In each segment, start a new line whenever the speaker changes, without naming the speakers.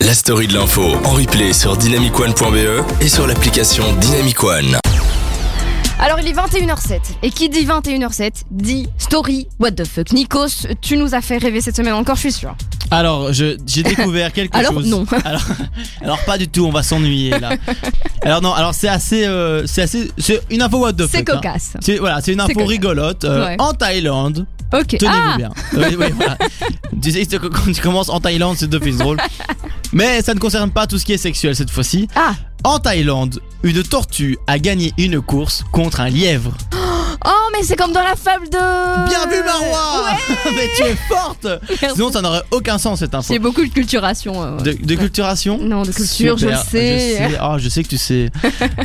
la story de l'info en replay sur dynamicone.be E et sur l'application Dynamicone.
Alors il est 21h07 et qui dit 21h07 dit story what the fuck. Nikos, tu nous as fait rêver cette semaine encore, je suis sûr.
Alors, je- j'ai découvert quelque
Alors,
chose.
non.
Alors, alors pas du tout, on va s'ennuyer là. Alors non, alors c'est assez, euh, c'est assez, c'est une info what the fuck.
C'est
hein.
cocasse.
C'est voilà, c'est une info
cocasse.
rigolote euh,
Ouais.
en Thaïlande.
Ok.
Tenez-vous
ah
bien. Oui, oui, voilà. tu sais que quand tu commences en Thaïlande, c'est d'office drôle. Mais ça ne concerne pas tout ce qui est sexuel cette fois-ci.
ah
En Thaïlande, une tortue a gagné une course contre un lièvre.
oh mais c'est comme dans la fable de.
Bien vu Marois Mais tu es forte
Euh, Merci.
Sinon ça n'aurait aucun sens cette info.
J'ai beaucoup de culturation. euh, ouais.
De, de culturation
Non, de culture, je
Super,
sais.
Je sais, Ah, je sais que tu sais.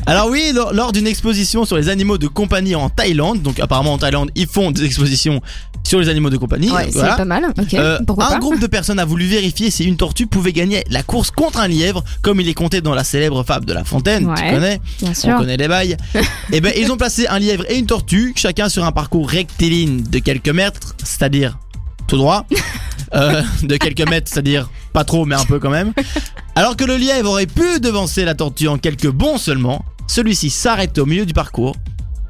Alors oui, lors, lors d'une exposition sur les animaux de compagnie en Thaïlande, donc apparemment en Thaïlande, ils font des expositions sur les animaux de compagnie.
Ouais,
voilà.
c'est pas mal. Ok.
Euh,
Pourquoi
un
pas
groupe de personnes a voulu vérifier si une tortue pouvait gagner la course contre un lièvre, comme il est compté dans la célèbre fable de La Fontaine,
Ouais.
tu connais
Bien
on
sûr.
connaît les bails. et ben ils ont placé un lièvre et une tortue, chacun sur un parcours rectiligne de quelques mètres, c'est-à-dire tout droit. Euh, de quelques mètres, c'est-à-dire pas trop, mais un peu quand même. Alors que le lièvre aurait pu devancer la tortue en quelques bonds seulement, celui-ci s'arrête au milieu du parcours.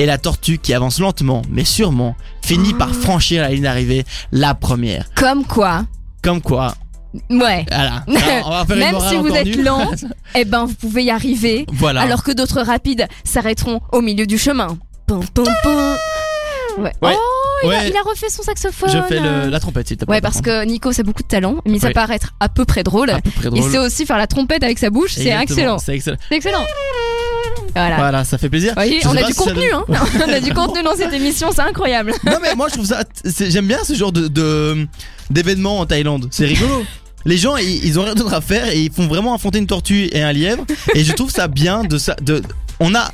Et la tortue qui avance lentement, mais sûrement, finit
Ah.
par franchir la ligne d'arrivée, la première.
Comme quoi.
Comme quoi,
Ouais.
voilà. Alors, on va faire une
Même
morale
si vous
encore
êtes
nulle.
lent, eh ben vous pouvez y arriver.
Voilà.
Alors que d'autres rapides s'arrêteront au milieu du chemin. Pom, pom, pom. Ouais.
Ouais.
Oh, il, a,
Ouais.
il a refait son saxophone.
Eh, je fais le- la trompette, s'il te plaît.
Ouais, parce que Nico, c'est beaucoup de talent, mis à
Oui.
part être à peu près drôle,
À peu près
il
drôle.
sait aussi faire la trompette avec sa bouche, c'est
Exactement,
excellent. Ah.
C'est excellent.
C'est excellent. Voilà.
Voilà, ça fait plaisir.
Vous voyez,
Je
on
sais
a
pas
du
si ça
contenu, hein.
donne-
on a du contenu dans cette émission, c'est incroyable.
Non mais moi je trouve ça, c'est- j'aime bien ce genre de de- d'événements en Thaïlande. C'est rigolo. Les gens, ils, ils ont rien d'autre à faire et ils font vraiment affronter une tortue et un lièvre. Et je trouve ça bien de ça. De, on a,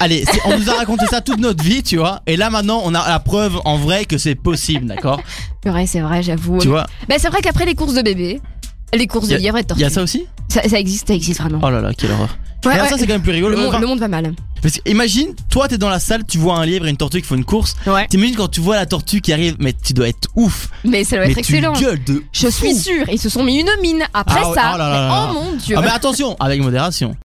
allez, c'est- on nous a raconté ça toute notre vie, tu vois. Et là maintenant, on a la preuve en vrai que c'est possible, d'accord
Ouais, c'est vrai, j'avoue.
Tu vois,
Bah, c'est vrai qu'après les courses de bébé, les courses de
Y a-
lièvre et de
il y
tortue,
a ça aussi.
ça, ça existe, ça existe vraiment.
Oh là là, quelle horreur.
Ouais,
Alors
ouais.
ça c'est quand même plus rigolo.
le, monde,
Enfin,
le monde va mal.
parce que imagine, toi t'es dans la salle, tu vois un lièvre et une tortue qui font une course.
Ouais.
T'imagines quand tu vois la tortue qui arrive, mais tu dois être ouf.
Mais ça doit
mais
être excellent.
tu gueules de
Je suis
fou.
sûre, ils se sont mis une mine après
Ah ouais,
ça.
oh là là là
Mais
là.
oh mon dieu.
Ah mais attention, avec modération.